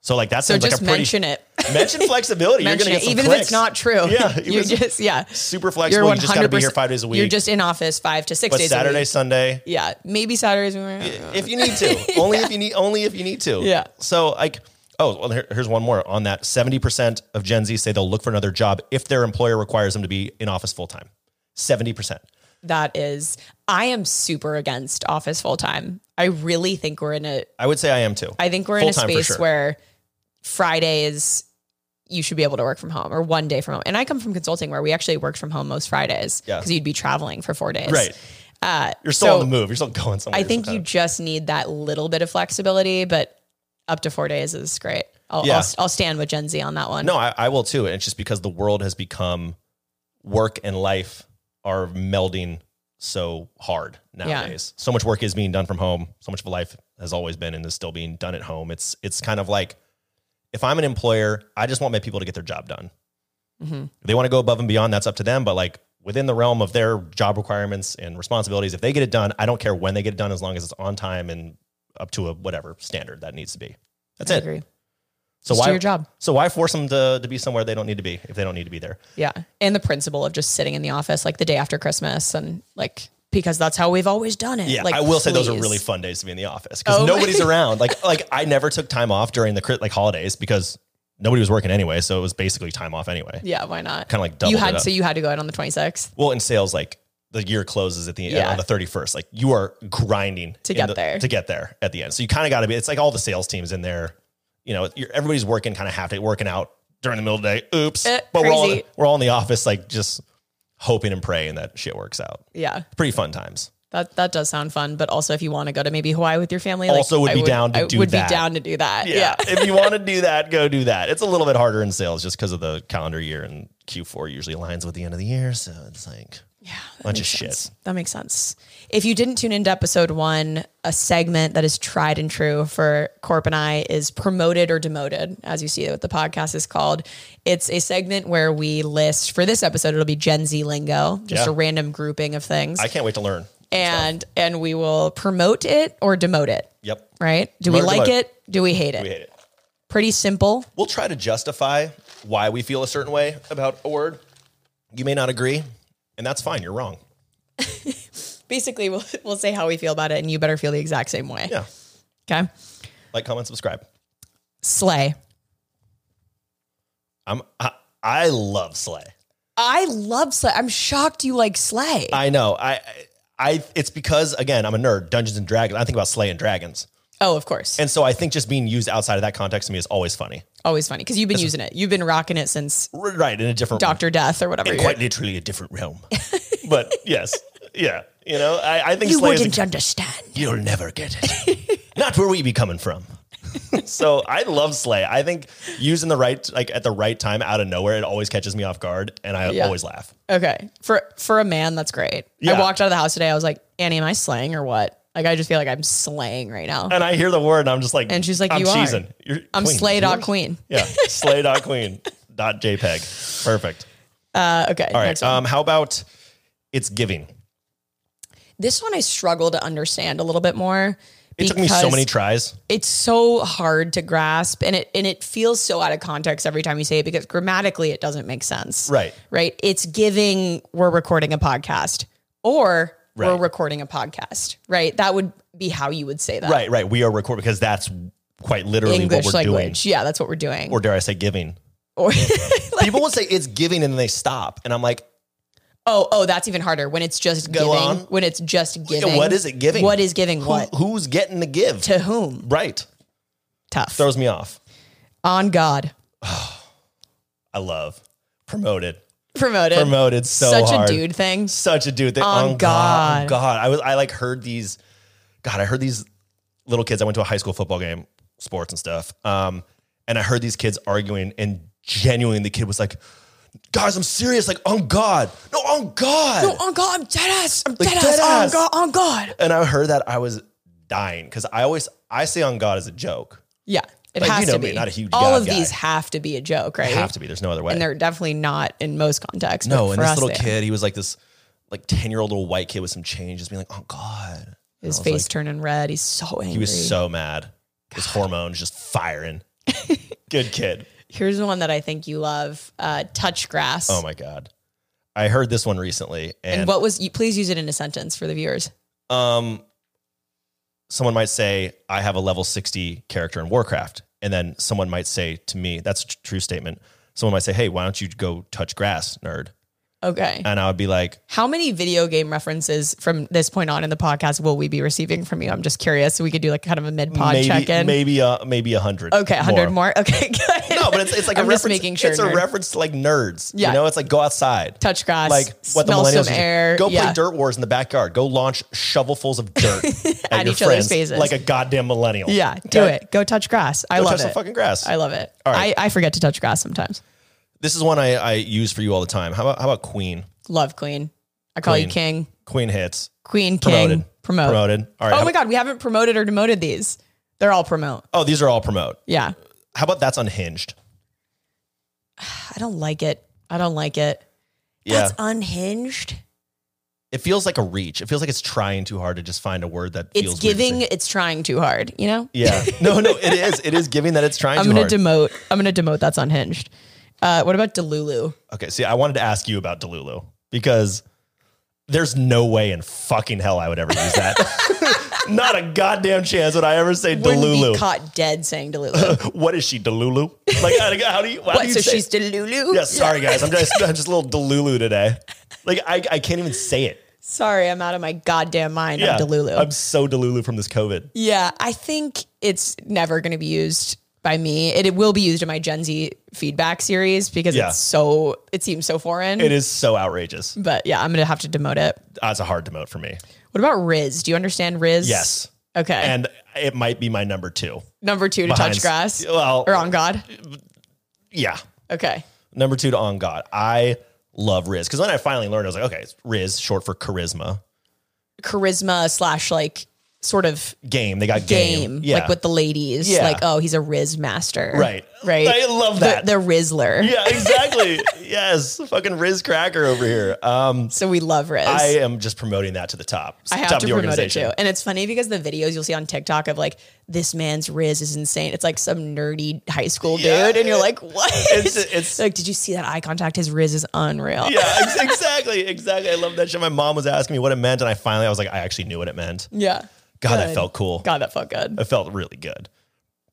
So like that
So
sounds
just
like a pretty
mention it.
mention flexibility.
mention
you're gonna get
it,
some
even if
clicks.
it's not true.
Yeah,
You're
even-
just yeah.
super flexible. you just got to be here five days a week.
You're just in office five to six
but
days
Saturday,
a week.
Sunday,
Yeah. Maybe Saturdays we were
if you need to, only if you need, only if you need to.
Yeah.
So like, oh, well, here- here's one more on that. Seventy percent of Gen Z say they'll look for another job if their employer requires them to be in office full time. Seventy percent.
that is I am super against office full time. I really think we're in a
I would say I am too.
I think we're in a
Full-time for
space
sure.
where Fridays you should be able to work from home or one day from home. And I come from consulting where we actually worked from home most Fridays
Yeah.
because you'd be traveling for four days.
right.
Uh,
You're still
so
on the move. You're still going somewhere.
I think you
sometime.
just need that little bit of flexibility, but up to four days is great. I'll,
Yeah.
I'll, I'll stand with Gen Z on that one.
No, I, I will too. And it's just because the world has become work and life are melding so hard nowadays. So much work is being done from home. So much of life has always been and is still being done at home. It's it's kind of like if I'm an employer, I just want my people to get their job done.
Mhm.
If they want to go above and beyond, that's up to them. But like within the realm of their job requirements and responsibilities, if they get it done, I don't care when they get it done as long as it's on time and up to a whatever standard that needs to be. That's
I
it.
agree.
So
Just
why
do your job.
so why force them to, to be somewhere they don't need to be if they don't need to be there?
Yeah. And the principle of just sitting in the office like the day after Christmas and like, because that's how we've always done it.
Yeah,
Like,
I will say those are
please.
really fun days to be in the office because
Oh my-
nobody's around. Like like I never took time off during the cri- like holidays because nobody was working anyway, so it was basically time off anyway.
Yeah. Why not?
Kind of like double.
you had,
up.
so you had to go out on the 26th.
well in sales like the year closes at the end
Yeah.
on the thirty first. Like you are grinding
To
in
get
the-
there.
to get there at the end. So you kind of got to be. It's like all the sales teams in there. You know, you're, everybody's working kind of half day, working out during the middle of the day. Oops,
Eh,
but we're all in,
crazy.
we're all in the office like just hoping and praying that shit works out.
Yeah.
Pretty fun times.
That that does sound fun, but also if you want to go to maybe Hawaii with your family,
Also would
I
be down to
I
do
would
that.
be down to do that.
Yeah.
Yeah,
if you want to do that, go do that. It's a little bit harder in sales just because of the calendar year and Q4 usually aligns with the end of the year. So it's like a bunch of shit.
that makes sense. If you didn't tune into episode one, a segment that is tried and true for Corp and I is promoted or demoted, as you see what the podcast is called. It's a segment where we list for this episode. It'll be Gen Z lingo, just
Yeah.
a random grouping of things,
I can't wait to learn.
and and we will promote it or demote it.
Yep.
right? Do we
Murder
like
below.
it? Do we hate it?
We hate it.
Pretty simple.
We'll try to justify why we feel a certain way about a word. You may not agree, and that's fine. You're wrong.
Basically, we'll, we'll say how we feel about it, and you better feel the exact same way.
Yeah.
Okay.
Like, comment, subscribe.
Slay.
I'm I, I love Slay.
I love Slay. I'm shocked you like Slay.
I know. I, I I it's because again, I'm a nerd. Dungeons and Dragons. I think about Slay and Dragons.
oh, of course.
And so I think just being used outside of that context to me is always funny.
Always funny because you've been using it. You've been rocking it since
R- Right, in a different
Doctor Death or whatever.
in
you're-
quite literally a different realm. but yes. Yeah. You know, I, I think
you
Slay is a-
wouldn't understand.
You'll never get it. Not where we be coming from. so I love Slay. I think using the right, like at the right time out of nowhere, it always catches me off guard and I
Yeah.
always laugh.
Okay. For for a man, that's great.
Yeah.
I walked out of the house today. I was like, Annie, am I slaying or what? Like, I just feel like I'm slaying right now.
And I hear the word and I'm just like,
And she's like,
I'm
"You are.
cheesing. You're
I'm
Uh, queen.
slay dot
Yours?
queen.
Yeah. Slay dot queen dot JPEG. Perfect.
Uh, okay.
All right.
next one.
Um, how about it's giving?
This one I struggle to understand a little bit more.
It took me so
because-
many tries.
it's so hard to grasp and it and it feels so out of context every time you say it because grammatically it doesn't make sense.
Right.
Right? It's giving we're recording a podcast or
Right.
we're recording a podcast. Right? That would be how you would say that.
Right. Right. We are recording because that's quite literally
English
what we're
language. Yeah, that's what we're doing.
doing. Or dare I say giving?
Or-
People will say it's giving and then they stop. And I'm like,
oh, oh, that's even harder when it's just giving.
Go on.
When it's just giving.
what is it giving?
What is giving
who-
what?
who's getting the give?
To whom?
Right.
Tough.
Throws me off.
On God.
I love. Promoted.
Promoted.
Promoted so
Such
hard.
a dude thing.
Such a dude. They,
On
on God. on
God.
God. I was I like heard these God, I heard these little kids. I went to a high school football game, sports and stuff. Um, and I heard these kids arguing and genuinely the kid was like, guys, I'm serious, like on God. No, on God.
No, on God, I'm dead ass. I'm
Like,
dead,
dead
ass.
ass.
On God, on God.
and I heard that I was dying because I always I say on God as a joke.
Yeah, it
Like, you
has
know
to
me,
be.
not a huge
All
God
of
guy.
these have to be a joke, right?
Have to be. There's no other way.
And they're definitely not in most contexts. but
No, and
for
this
us,
little
they are.
kid, he was like this like 10 year old little white kid with some change, just being like, oh God. And
his
I was
face
like-
turning red. He's so angry.
he was so mad. His hormones just firing. Good kid.
Here's one that I think you love: uh, touch grass.
Oh my God. I heard this one recently
and
and,
what was? You, please use it in a sentence for the viewers.
um someone might say, I have a level 60 character in Warcraft. And then someone might say to me, that's a tr- true statement. Someone might say, Hey, why don't you go touch grass, nerd?
Okay.
And I would be like,
How many video game references from this point on in the podcast will we be receiving from you? I'm just curious. So we could do like kind of a mid pod check
maybe,
in.
maybe, uh, maybe a hundred.
okay, hundred more. Okay, good.
No, but it's, it's like
I'm
a
just
reference.
making sure.
it's a
nerd.
reference to like nerds.
Yeah.
You know, it's like go outside.
touch grass,
like what the
smell
millennials
some
do.
air.
Go
yeah.
play dirt wars in the backyard. Go launch shovelfuls of dirt at,
At
your
each other's
friends
faces.
like a goddamn millennial.
Yeah, do
Okay?
it. Go touch grass. I
Go
love
touch some
it.
fucking grass.
I love it.
right.
I, I forget to touch grass sometimes.
this is one I, I use for you all the time. How about how about Queen?
Love Queen. I call you
Queen.
King.
Queen hits
Queen
promoted
King. Promote.
promoted. All right.
Oh
how-
my God, we haven't promoted or demoted these. They're all promote.
oh, these are all promote.
Yeah.
How about that's unhinged?
I don't like it. I don't like it.
Yeah,
That's unhinged.
it feels like a reach. It feels like it's trying too hard to just find a word that
It's
feels weird to
giving,
say.
it's trying too hard, you know?
Yeah, no, no, it is. It is giving that it's trying
I'm
too
gonna
hard.
demote. I'm gonna demote that's unhinged. Uh, what about Delulu?
Okay, see, I wanted to ask you about Delulu because there's no way in fucking hell I would ever use that. Not a goddamn chance would I ever say
Wouldn't be
Delulu.
caught dead saying Delulu.
What is she, Delulu? Like, how, how do you? How do
what?
you
So
say-
she's Delulu?
Yeah, sorry guys, I'm just I'm just a little Delulu today. Like, I I can't even say it.
Sorry, I'm out of my goddamn mind.
Yeah,
I'm Delulu.
I'm so Delulu from this COVID.
Yeah, I think it's never going to be used by me. It, it will be used in my Gen Z feedback series because
Yeah.
it's so it seems so foreign.
It is so outrageous.
But yeah, I'm going to have to demote it.
That's a hard demote for me.
What about Riz? Do you understand Riz?
Yes,
Okay.
and it might be my number two.
Number 2 to
Behind-
touch grass
Well,
or on God.
yeah.
Okay.
Number two to On God. I love Riz because when I finally learned, I was like, okay, it's Riz, short for charisma.
Charisma slash like sort of
Game. They got
game,
game. Yeah.
like with the ladies.
Yeah.
Like, oh, he's a Riz master.
Right.
Right.
I love that.
The, the Rizzler.
yeah, exactly. yes. Fucking Riz Cracker over here. Um,
So we love Riz.
I am just promoting that to the top.
I have
top
to
of the
promote it
organization.
too. And it's funny because the videos you'll see on TikTok of like, this man's Riz is insane. It's like some nerdy high school
Yeah.
dude. And you're like, what?
It's- it's-
like, did you see that eye contact? His Riz is unreal.
Yeah, ex- exactly. Exactly. I love that shit. My mom was asking me what it meant, and I finally I was like, I actually knew what it meant.
Yeah.
God, that
Good.
felt cool.
God, that felt good.
It felt really good.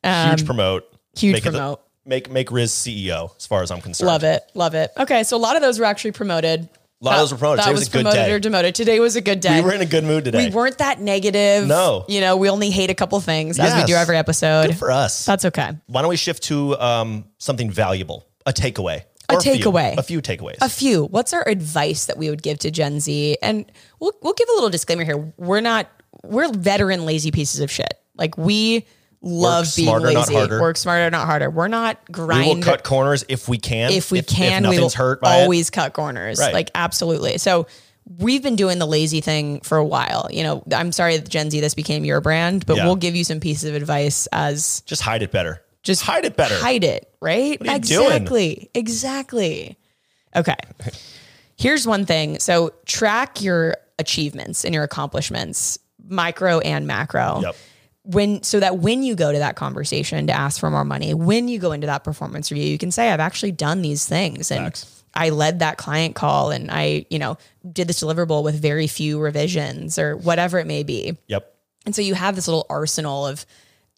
Um,
huge promote.
huge
make it the-
promote.
make make Riz CEO as far as I'm concerned.
Love it. Love it. Okay. So a lot of those were actually promoted.
A lot of those were promoted.
That
Today was
was,
a good
promoted
day.
or demoted. Today was a good day.
We were in a good mood today.
We weren't that negative.
No.
You know, we only hate a couple things as we
Yes.
do every episode.
Good for us.
That's okay.
Why don't we shift to um, something valuable, a takeaway,
A
Or few.
takeaway.
a few takeaways.
A few. What's our advice that we would give to Gen Z? And we'll we'll give a little disclaimer here. We're not we're veteran lazy pieces of shit. Like we love being
smarter, not
lazy.
harder.
Work smarter, not harder. We're not
we
grind.
will cut corners if we can.
if we can,
if
we will
nothing's hurt by it.
always cut corners.
Right.
Like absolutely. So we've been doing the lazy thing for a while. You know, I'm sorry that Gen Z this became your brand, but
Yeah.
we'll give you some pieces of advice as
Just hide it better.
just
hide it better.
Hide it, right?
are you doing?
exactly. Exactly. Okay. Here's one thing. So track your achievements and your accomplishments, micro and macro.
Yep.
When so that when you go to that conversation to ask for more money, when you go into that performance review, you can say, I've actually done these things and I led that client call and I, you know, did this deliverable with very few revisions or whatever it may be.
Yep.
And so you have this little arsenal of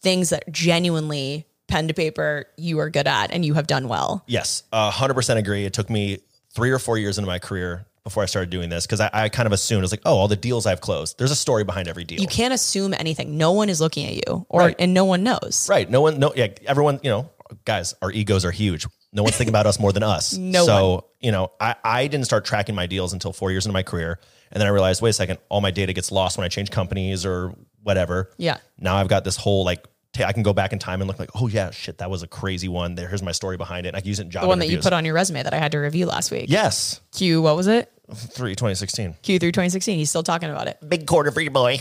things that genuinely pen to paper you are good at and you have done well.
Yes, hundred percent agree. It took me three or four years into my career before I started doing this because I, I kind of assumed it's like, oh, all the deals I've closed. There's a story behind every deal.
You can't assume anything. No one is looking at you or
Right.
and no one knows.
Right. No one, no, yeah, everyone, you know, guys, our egos are huge. No one's thinking about us more than us.
No
So, you know, I, I didn't start tracking my deals until four years into my career. And then I realized, wait a second, all my data gets lost when I change companies or whatever.
Yeah.
Now I've got this whole like, ta- I can go back in time and look like, oh yeah, shit, that was a crazy one. There, here's my story behind it. And I can use it in job
The one that
interviews.
you put on your resume that I had to review last week.
yes.
Q, what was it?
Three, 2016.
Q through 2016. He's still talking about it.
big quarter for your boy.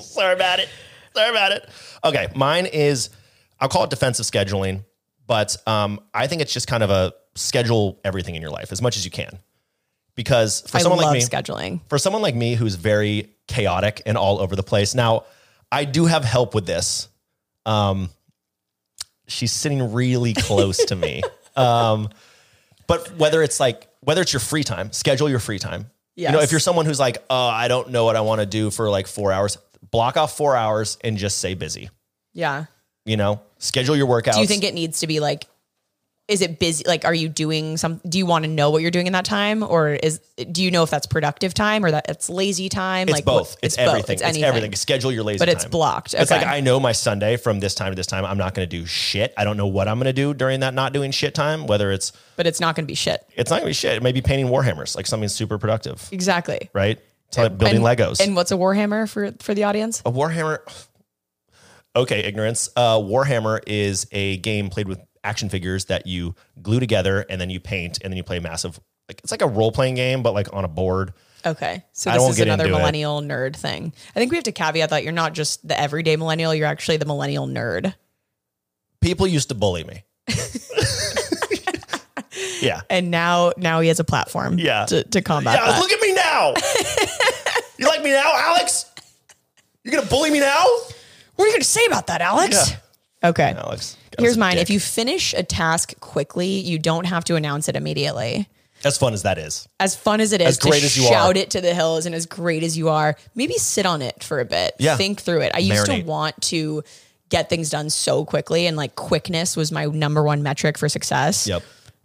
Sorry about it. Sorry about it. Okay, mine is I'll call it defensive scheduling, but um, I think it's just kind of a schedule everything in your life as much as you can, because for
I
someone
love
like me,
scheduling.
for someone like me who's very chaotic and all over the place. Now, I do have help with this. Um, she's sitting really close to me. Um, but whether it's like whether it's your free time, schedule your free time. You know,
Yes.
if you're someone who's like, oh, I don't know what I want to do for like four hours, block off four hours and just say busy.
Yeah.
You know, schedule your workouts.
Do you think it needs to be like is it busy like are you doing some do you want to know what you're doing in that time or is do you know if that's productive time or that it's lazy time
it's
like what-
both? It's, everything. It's,
anything.
everything. Schedule your lazy
But it's
time.
blocked.
It's like
Okay.
I know my Sunday from this time to this time. I'm not going to do shit. I don't know what I'm going to do during that not doing shit time. Whether it's
But it's not going to be shit.
it's not going to be shit. It may be painting warhammers, like something super productive,
Exactly.
right? It's like
and,
building Legos. Oh,
And what's a Warhammer for for the audience?
a warhammer. Okay, ignorance. Uh, warhammer is a game played with action figures that you glue together and then you paint and then you play massive. Like it's like a role playing game, but like on a board.
Okay, so
I
this
won't
is
get
another
into it.
millennial nerd thing. I think we have to caveat that you're not just the everyday millennial; you're actually the millennial nerd.
People used to bully me. yeah.
And now, now he has a platform.
Yeah.
To, to combat
Yeah,
that.
look at me now. you like me now, Alex? You're gonna bully me now,
what are you going to say about that, Alex? Okay.
Alex?
Here's mine. If you finish a task quickly, you don't have to announce it immediately.
as fun as that is,
As fun as it is
As great
to
as you
shout
are.
it to the hills and as great as you are, maybe sit on it for a bit.
Yeah.
Think through it. I used to
Marinate.
want to get things done so quickly and like quickness was my number one metric for success.
Yep.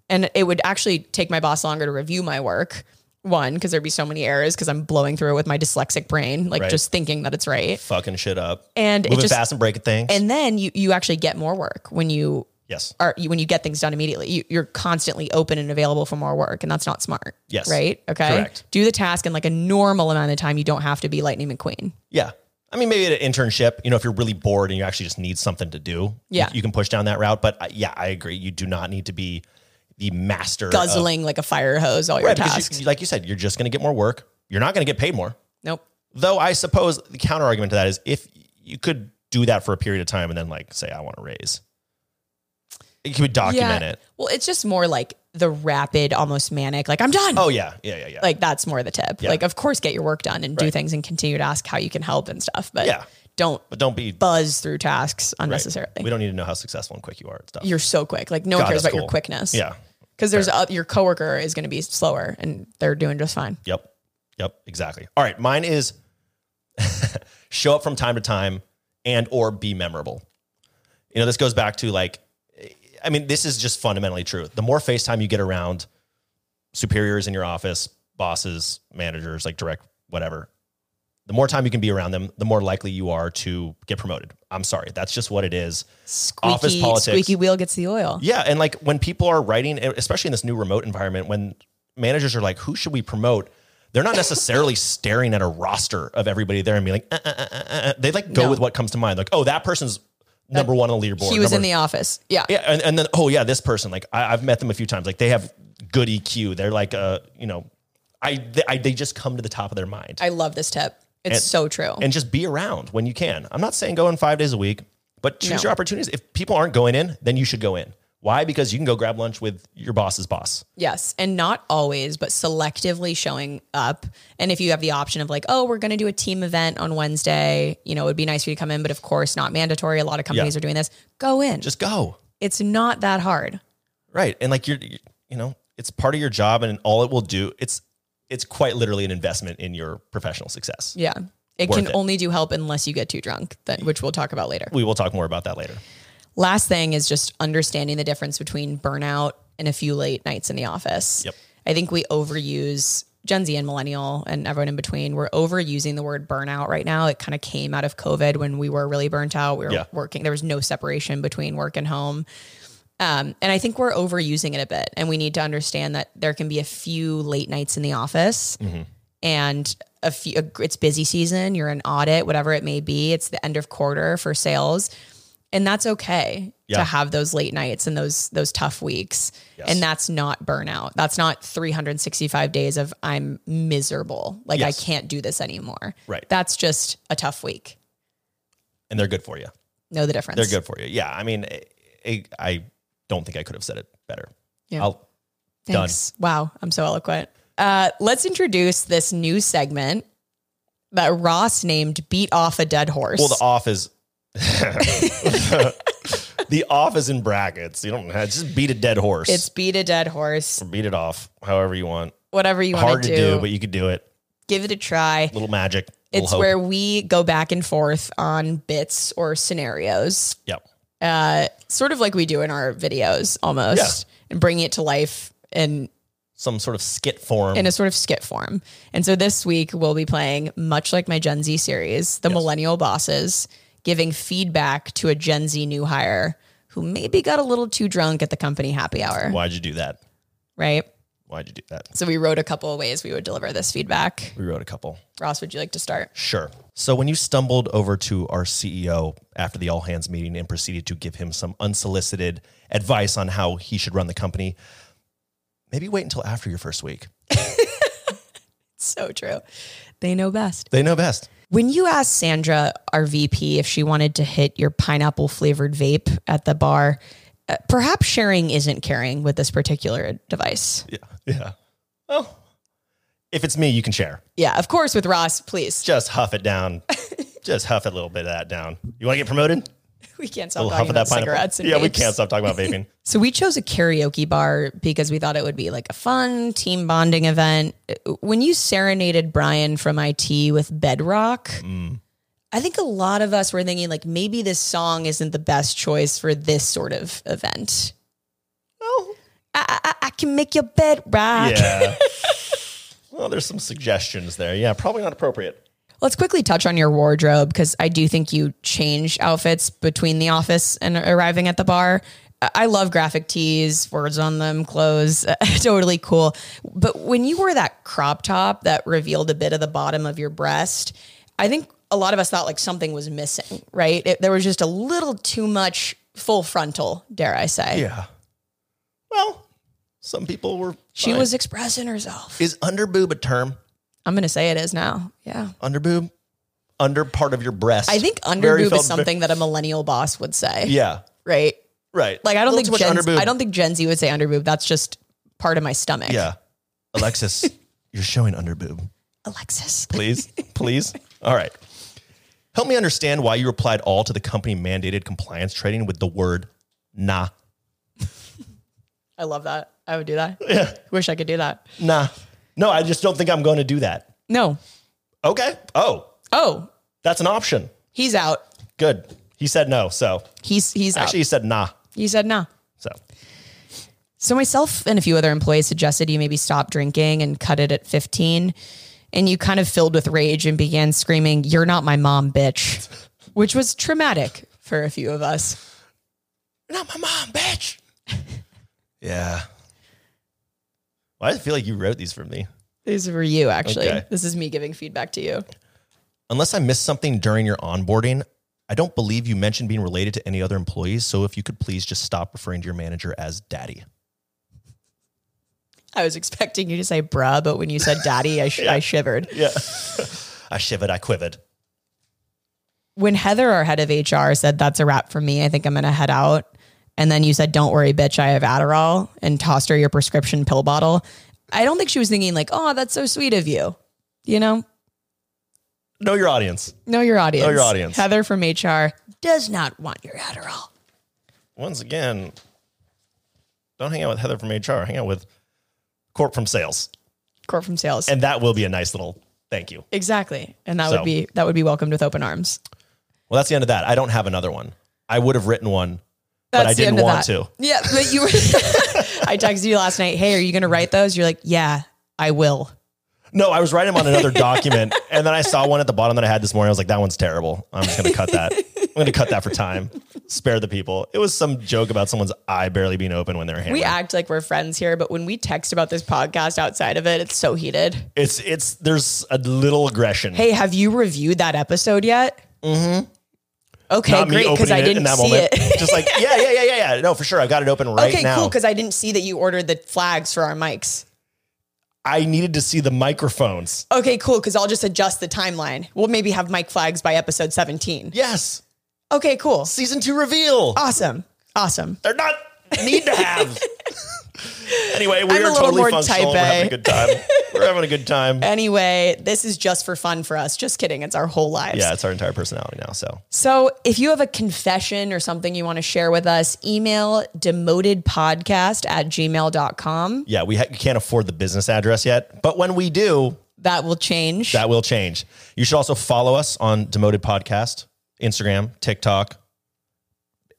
And it would actually take my boss longer to review my work. One, because there'd be so many errors because I'm blowing through it with my dyslexic brain, like
Right.
just thinking that it's right.
fucking shit up
And it
moving
just-
fast and breaking things.
And then you you actually get more work when you
yes,
are you, when you get things done immediately, you, you're constantly open and available for more work, and that's not smart.
Yes.
Right. Okay.
Correct.
Do the task in like a normal amount of time. You don't have to be Lightning McQueen.
yeah. I mean, maybe at an internship, you know, if you're really bored and you actually just need something to do,
Yeah.
you, you can push down that route. But uh, yeah, I agree. You do not need to be the master of-
Guzzling like a fire hose all your
Right, because you-
tasks.
like you said, you're just gonna get more work. You're not gonna get paid more.
nope.
Though I suppose the counter argument to that is if you could do that for a period of time and then like say I want to raise, you could document it.
Well, it's just more like the rapid, almost manic, like I'm done.
Oh yeah, yeah, yeah, yeah.
Like that's more the tip.
Yeah.
Like, of course, get your work done and do
Right.
things and continue to ask how you can help and stuff. But
Yeah.
don't
but don't be
buzz through tasks
right.
unnecessarily.
We don't need to know how successful and quick you are at stuff.
You're so quick. Like no one
God,
cares
that's
about your
cool.
quickness.
yeah.
Because there's a, your coworker is going to be slower and they're doing just fine.
Yep. Yep. Exactly. All right. Mine is show up from time to time and or be memorable. You know, this goes back to like, I mean, this is just fundamentally true. The more FaceTime you get around superiors in your office, bosses, managers, like direct, whatever, the more time you can be around them, the more likely you are to get promoted. I'm sorry. That's just what it is.
Squeaky,
Office politics.
squeaky wheel gets the oil.
Yeah, and like when people are writing, e, especially in this new remote environment, when managers are like, "Who should we promote?" They're not necessarily staring at a roster of everybody there and being like, uh, uh, uh, uh, uh. "They like go
No. Uh,
with what comes to mind." Like, "Oh, that person's number one on the leaderboard."
He was
number-
in the office. Yeah.
yeah, and, and then oh yeah, this person like I, I've met them a few times. Like they have good EQ. They're like uh you know, I they, I they just come to the top of their mind
I love this tip. It's
And-
so true.
and just be around when you can. I'm not saying go in five days a week, but choose
No.
your opportunities. If people aren't going in, then you should go in. Why? Because you can go grab lunch with your boss's boss.
Yes. And not always, but selectively showing up. And if you have the option of like, oh, we're going to do a team event on Wednesday, you know, it would be nice for you to come in, but of course, not mandatory. A lot of companies are doing this. Go in.
Just go.
it's not that hard.
Right. And like you're, you know, it's part of your job and all it will do, it's, it's quite literally an investment in your professional success.
Yeah. It
Worth
can
it.
only do help unless you get too drunk, that, which we'll talk about later.
We will talk more about that later.
Last thing is just understanding the difference between burnout and a few late nights in the office.
Yep.
I think we overuse Gen Z and millennial and everyone in between. We're overusing the word burnout right now. It kind of came out of COVID when we were really burnt out. We were
Yeah.
working, there was no separation between work and home. Um, and I think we're overusing it a bit. And we need to understand that there can be a few late nights in the office
Mm-hmm.
and a few, it's busy season, you're an audit, whatever it may be. It's the end of quarter for sales. And that's okay to
Yeah.
have those late nights and those those tough weeks. And that's not burnout. That's not 365 days of I'm miserable. Like
Yes.
I can't do this anymore.
Right.
That's just a tough week.
And they're good for you.
Know the difference.
They're good for you. Yeah. I mean, I, I- I don't think I could have said it better.
Yeah.
I'll, Done.
Thanks. Wow, I'm so eloquent. Uh, let's introduce this new segment that Ross named "Beat Off a Dead Horse."
well, the off is, the off is in brackets. You don't just beat a dead horse.
it's "Beat a Dead Horse."
beat it off however you want.
Whatever you want
Hard
to
to do, but you could do it.
give it a try.
Little magic. Little
It's
hope.
where we go back and forth on bits or scenarios,
yep.
uh, sort of like we do in our videos, almost, and bringing it to life in
Some sort of skit form.
in a sort of skit form. And so this week we'll be playing, much like my Gen Z series, the millennial bosses giving feedback to a Gen Z new hire who maybe got a little too drunk at the company happy hour,
Why'd you do that?
right?
Why'd you do that?
So we wrote a couple of ways we would deliver this feedback.
We wrote a couple.
Ross, would you like to start?
Sure. So when you stumbled over to our CEO after the all hands meeting and proceeded to give him some unsolicited advice on how he should run the company, maybe wait until after your first week.
So true. They know best.
They know best.
When you asked Sandra, our VP, if she wanted to hit your pineapple flavored vape at the bar, uh, perhaps sharing isn't caring with this particular device.
Yeah. Yeah. Oh. If it's me, you can share.
Yeah, of course, with Ross, please.
Just huff it down. Just huff a little bit of that down. You want to get promoted?
We can't stop
We'll
talking
huff of
about
that pineapple.
cigarettes. And
yeah, we
vapes.
can't stop talking about vaping.
So we chose a karaoke bar because we thought it would be like a fun team bonding event. Uh, When you serenaded Brian from IT with Bedrock, I think a lot of us were thinking like maybe this song isn't the best choice for this sort of event. Oh.
Well,
I, I, I can make your bed rock.
yeah. well, there's some suggestions there. Yeah, probably not appropriate.
Let's quickly touch on your wardrobe because I do think you change outfits between the office and arriving at the bar. I- I love graphic tees, words on them, clothes, totally cool. But when you wore that crop top that revealed a bit of the bottom of your breast, I think a lot of us thought like something was missing, right? It, there was just a little too much full frontal, dare I say.
Yeah. Well, some people were.
She
fine.
was expressing herself.
Is underboob a term?
I'm gonna say it is now. Yeah.
Under boob, under part of your breast.
I think
Very
underboob
felt-
is something that a millennial boss would say.
yeah,
Right.
right.
Like I
A
don't
little
think
too
Gen
much under boob.
I don't think Gen Z would say underboob. That's just part of my stomach.
Yeah, Alexis, you're showing under boob.
Alexis.
please, please. All right. Help me understand why you replied all to the company mandated compliance training with the word nah.
I love that. I would do that.
Yeah.
Wish I could do that.
Nah. No, I just don't think I'm going to do that.
No.
Okay. Oh,
Oh,
that's an option.
he's out.
Good. He said no. So
He's he's out.
actually, he said nah.
He said no.
So
So myself and a few other employees suggested you maybe stop drinking and cut it at 15. And you kind of filled with rage and began screaming, "You're not my mom, bitch," which was traumatic for a few of us.
not my mom, bitch. yeah. Why do I feel like you wrote these for me?
These were you, actually.
Okay.
This is me giving feedback to you.
Unless I missed something during your onboarding, I don't believe you mentioned being related to any other employees. So if you could please just stop referring to your manager as daddy.
I was expecting you to say "bruh," but when you said "daddy," I, sh- I shivered.
Yeah. I shivered, I quivered.
when Heather, our head of HR, said that's a wrap for me, I think I'm gonna head out. And then you said, "Don't worry, bitch, I have Adderall," and tossed her your prescription pill bottle. I don't think she was thinking like, "Oh, that's so sweet of you." You know,
Know your audience.
know your audience.
Know your audience.
Heather from HR does not want your Adderall.
Once again, don't hang out with Heather from HR. Hang out with Corp from sales.
Court from sales.
And that will be a nice little thank you.
exactly, and that
So.
would be that would be welcomed with open arms.
Well, that's the end of that. I don't have another one. I would have written one, but I
That's the end
didn't
of that.
want to.
Yeah, but you. were I texted you last night. Hey, are you gonna write those? You're like, yeah, I will.
No, I was writing them on another document, and then I saw one at the bottom that I had this morning. I was like, "That one's terrible. I'm just gonna cut that. I'm gonna cut that for time. Spare the people." It was some joke about someone's eye barely being open when they're
We
hammering.
act like we're friends here, but when we text about this podcast outside of it, it's so heated.
it's it's there's a little aggression.
Hey, have you reviewed that episode yet? Mm-hmm. Okay,
Not me
great, because
opening
I
it in
didn't
that
see
moment.
it.
just like yeah, yeah, yeah, yeah, yeah. No, for sure. I've got it open right
okay,
now.
cool, because I didn't see that you ordered the flags for our mics.
I needed to see the microphones.
Okay, cool, because I'll just adjust the timeline. We'll maybe have mic flags by episode 17.
Yes,
Okay, cool.
season two reveal.
Awesome. Awesome.
They're not need to have. anyway, we
I'm a
are
little
totally
more
functional.
type
We're having a
A.
good time. We're having a good time.
Anyway, this is just for fun for us. Just kidding. It's our whole lives.
Yeah, it's our entire personality now. So.
So if you have a confession or something you want to share with us, email demotedpodcast at gmail.com.
Yeah, we ha- we can't afford the business address yet, but when we do,
That will change.
that will change. You should also follow us on Demoted Podcast, Instagram, TikTok,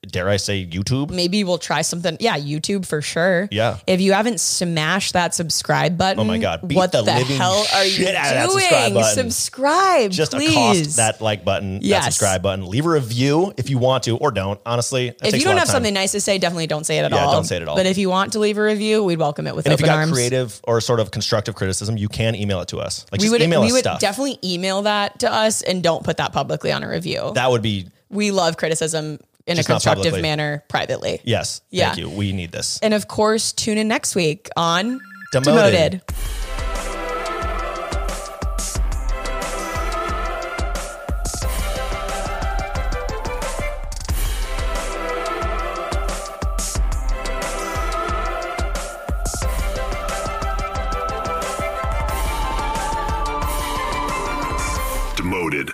dare I say YouTube?
Maybe we'll try something. Yeah, YouTube for sure.
Yeah. Oh
If you haven't smashed that subscribe button,
my God. Beat
what
the
the,
living
hell are you
shit out of that
doing?
subscribe button.
Subscribe,
Just
please.
accost that like button,
Yes.
that subscribe button. Leave a review if you want to or don't. Honestly, that
if
takes
you
a lot
don't
of
have
time.
something nice to say, definitely don't say it at
Yeah,
all.
don't say it at all.
But if you want to leave a review, we'd welcome it with
and if
open
you got
arms.
creative or sort of constructive criticism, you can email it to us. Like
we
just
would
email
we
us
would
stuff.
definitely email that to us and don't put that publicly on a review.
that would be
we love criticism in
Just
a
not
constructive
publicly.
manner privately.
yes.
Yeah.
Thank you. We need this.
And of course, tune in next week on
Demoted.
Demoted.
Demoted.